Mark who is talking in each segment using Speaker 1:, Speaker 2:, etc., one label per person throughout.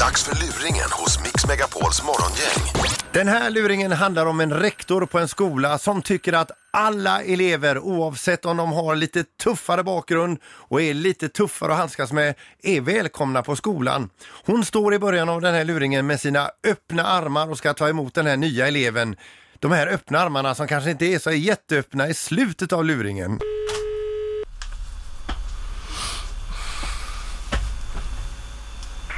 Speaker 1: Dags för luringen hos Mix Megapols morgongäng.
Speaker 2: Den här luringen handlar om en rektor på en skola som tycker att alla elever, oavsett om de har lite tuffare bakgrund och är lite tuffare att handskas med, är välkomna på skolan. Hon står i början av den här luringen med sina öppna armar och ska ta emot den här nya eleven. De här öppna armarna som kanske inte är så jätteöppna i slutet av luringen.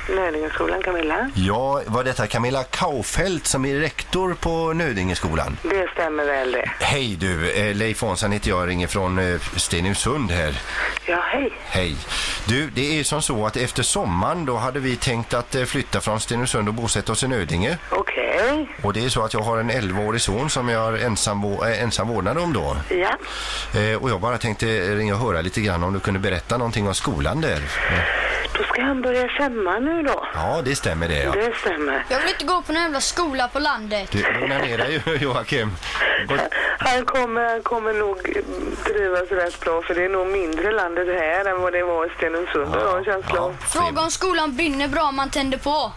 Speaker 3: Nödingeskolan, Camilla.
Speaker 2: Ja, var detta Camilla Kaufelt som är rektor på Nödingeskolan?
Speaker 3: Det stämmer väl det.
Speaker 2: Hej du, eh, Leif Hansson heter jag, ringer från eh, Stenungsund här.
Speaker 3: Ja, hej.
Speaker 2: Hej. Du, det är ju som så att efter sommaren då hade vi tänkt att eh, flytta från Stenungsund och bosätta oss i Nödinge.
Speaker 3: Okej.
Speaker 2: Och det är så att jag har en 11-årig son som jag har ensam, vå- eh, ensam vårdnad om då.
Speaker 3: Ja.
Speaker 2: Eh, och jag bara tänkte ringa och höra lite grann om du kunde berätta någonting om skolan där. Eh,
Speaker 3: Då ska han börja femman nu då.
Speaker 2: Ja, det stämmer det ja.
Speaker 3: Det stämmer.
Speaker 4: Jag vill inte gå på någon jävla skola på landet.
Speaker 2: Du, lugna ner dig Joakim. Gå-
Speaker 3: Han kommer, han kommer nog mm, trivas rätt bra för det är nog mindre landet här än vad det var i Stenungsund har jag en känsla av.
Speaker 4: Fråga om skolan brinner bra om man tänder på.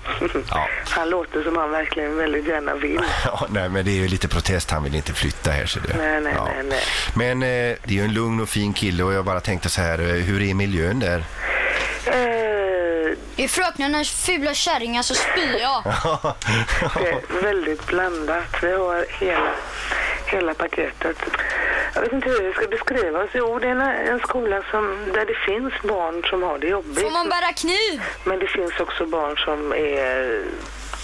Speaker 2: Ja,
Speaker 3: Han låter som han verkligen väldigt gärna vill.
Speaker 2: Ja, nej, men det är ju lite protest. Han vill inte flytta här. Så det,
Speaker 3: Nej, nej,
Speaker 2: ja.
Speaker 3: nej, nej.
Speaker 2: Men eh, det är ju en lugn och fin kille och jag bara tänkte så här, eh, hur är miljön där?
Speaker 3: Eh,
Speaker 4: I fröknarnas fula kärringar så spyr jag.
Speaker 3: det är väldigt blandat. Vi har hela, hela paketet. Jag vet inte hur det ska beskrivas. Jo, det är en, en skola som, där det finns barn som har det jobbigt.
Speaker 4: Får man bära kniv?
Speaker 3: Men det finns också barn som är,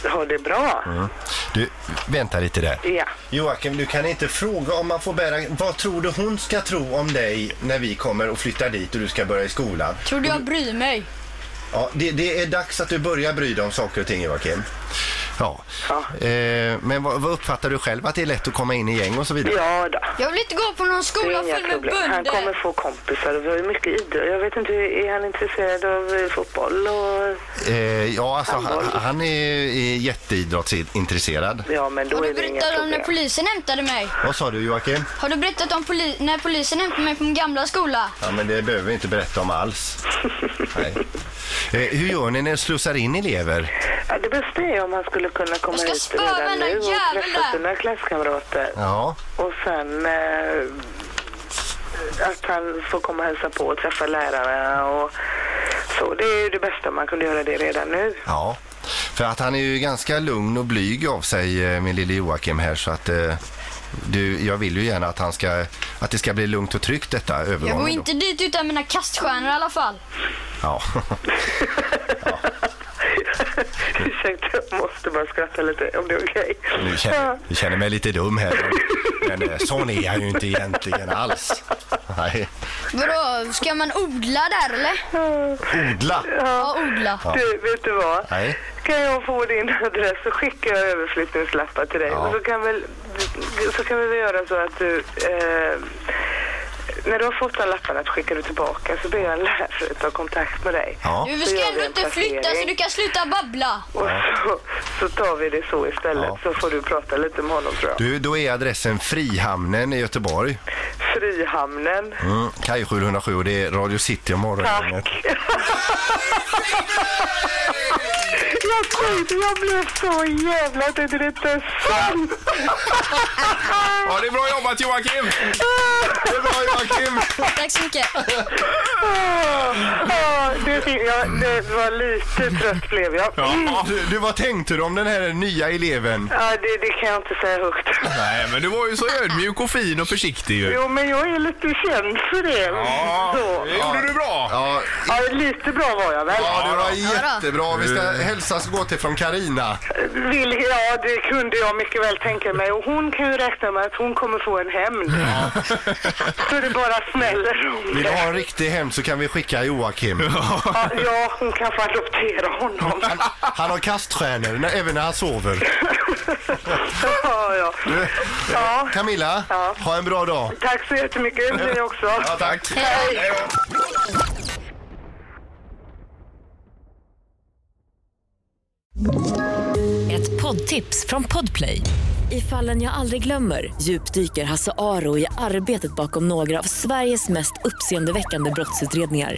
Speaker 3: har det bra.
Speaker 2: Mm. Du, vänta lite där.
Speaker 3: Ja.
Speaker 2: Joakim, du kan inte fråga om man får bära... Vad tror du hon ska tro om dig när vi kommer och flyttar dit och du ska börja i skolan?
Speaker 4: Tror du jag bryr mig?
Speaker 2: Ja, det, det är dags att du börjar bry dig om saker och ting, Joakim. Ja.
Speaker 3: Ja.
Speaker 2: Eh, men vad, vad uppfattar du själv? Att det är lätt att komma in i gäng och så vidare?
Speaker 3: Ja då.
Speaker 4: Jag vill inte gå på någon
Speaker 3: Det
Speaker 4: skola
Speaker 3: är inga
Speaker 4: full med
Speaker 3: problem. Han kommer
Speaker 4: bönder.
Speaker 3: få kompisar. Vi har ju mycket idrott. Jag vet inte, är han intresserad av eh, fotboll? Och...
Speaker 2: Eh, ja, alltså han,
Speaker 3: Handboll.
Speaker 2: han är, är jätteidrottsintresserad.
Speaker 3: Ja, men då
Speaker 4: Har
Speaker 3: är
Speaker 4: du
Speaker 3: det inga
Speaker 4: berättat om när
Speaker 3: problem.
Speaker 4: polisen hämtade mig?
Speaker 2: Vad sa du Joakim?
Speaker 4: Har du berättat om poli- när polisen hämtade mig på min gamla skola?
Speaker 2: Ja, men det behöver vi inte berätta om alls. Nej. Eh, hur gör ni när ni slussar in elever?
Speaker 3: Ja, det bästa är om han skulle kunna komma
Speaker 4: Jag ska
Speaker 3: hit
Speaker 4: spöa
Speaker 3: redan
Speaker 4: varenda
Speaker 3: nu och
Speaker 4: jävel
Speaker 3: träffa
Speaker 4: där.
Speaker 3: sina klasskamrater.
Speaker 2: Ja,
Speaker 3: Och sen eh, att han får komma och hälsa på och träffa lärarna och så. Det är ju det bästa om man kunde göra det redan nu.
Speaker 2: ja. För att han är ju ganska lugn och blyg av sig, eh, min lille Joakim här, så att eh, du, jag vill ju gärna att, han ska, att det ska bli lugnt och tryggt detta
Speaker 4: Jag
Speaker 2: övergången.
Speaker 4: går
Speaker 2: då.
Speaker 4: inte dit utan mina kaststjärnor i alla fall.
Speaker 2: Ja.
Speaker 3: Ursäkta, jag måste bara skratta lite om det är okej.
Speaker 2: Nu känner, jag känner mig lite dum här, men, men eh, sån är han ju inte egentligen alls. Nej.
Speaker 4: Vadå, ska man odla där eller?
Speaker 2: Odla!
Speaker 4: Ja, odla.
Speaker 3: Ja. Du, vet du vad?
Speaker 2: Nej.
Speaker 3: Kan jag få din adress så skickar jag överflyttningslappar till dig.
Speaker 2: Ja.
Speaker 3: Och så kan, väl, så kan vi väl göra så att du... Eh, när du har fått alla lapparna att skicka du tillbaka så ber jag en lärare ta kontakt med dig.
Speaker 2: Ja.
Speaker 4: Du, vi
Speaker 3: Så
Speaker 4: ska
Speaker 3: gör
Speaker 4: ändå
Speaker 3: vi en
Speaker 4: inte flytta
Speaker 3: placering.
Speaker 4: så du kan sluta babbla.
Speaker 3: Och så, så tar vi det så istället.
Speaker 2: Ja.
Speaker 3: Så får du prata lite med honom tror jag.
Speaker 2: Du, då är adressen Frihamnen i Göteborg.
Speaker 3: Frihamnen.
Speaker 2: Mm, Kaj 707, det är Radio City och morgonen.
Speaker 3: Tack. jag skiter, jag blev så jävla... att Det är inte sant!
Speaker 2: Ja, det är bra jobbat Joakim! Det är bra Joakim!
Speaker 4: Tack så mycket.
Speaker 3: Åh, åh, det, fin- jag, det var lite trött blev jag. Mm.
Speaker 2: Ja, du, du, vad tänkte du om den här nya eleven?
Speaker 3: Ja, det, det kan jag inte säga högt.
Speaker 5: Nej, men du var ju så ödmjuk och fin och försiktig ju.
Speaker 3: Jo, men jag är lite känd för det. Så.
Speaker 5: Det gjorde du bra.
Speaker 2: Ja,
Speaker 3: Ja, lite bra var jag väl.
Speaker 2: ja det var
Speaker 4: Ja då.
Speaker 2: jättebra. Vi ska
Speaker 5: Mm.
Speaker 2: hälsas och gå till från Karina.
Speaker 3: Vill, ja, det kunde jag mycket väl tänka mig. Och hon kan ju räkna med att hon kommer få en hämnd. Så det bara smäller om
Speaker 2: Vill du
Speaker 3: det.
Speaker 2: ha en riktig hem så kan vi skicka Joakim.
Speaker 3: Ja, Ja, hon kan få adoptera honom.
Speaker 2: Han, han har kaststjärnor när, även när han sover.
Speaker 3: Ja, ja.
Speaker 2: Du,
Speaker 3: ja.
Speaker 2: Camilla,
Speaker 3: Ja.
Speaker 2: ha en bra dag.
Speaker 3: Tack så jättemycket, ni också.
Speaker 2: tack.
Speaker 6: Ett poddtips från Podplay. I fallen jag aldrig glömmer djupdyker Hasse Aro i arbetet bakom några av Sveriges mest uppseendeväckande brottsutredningar.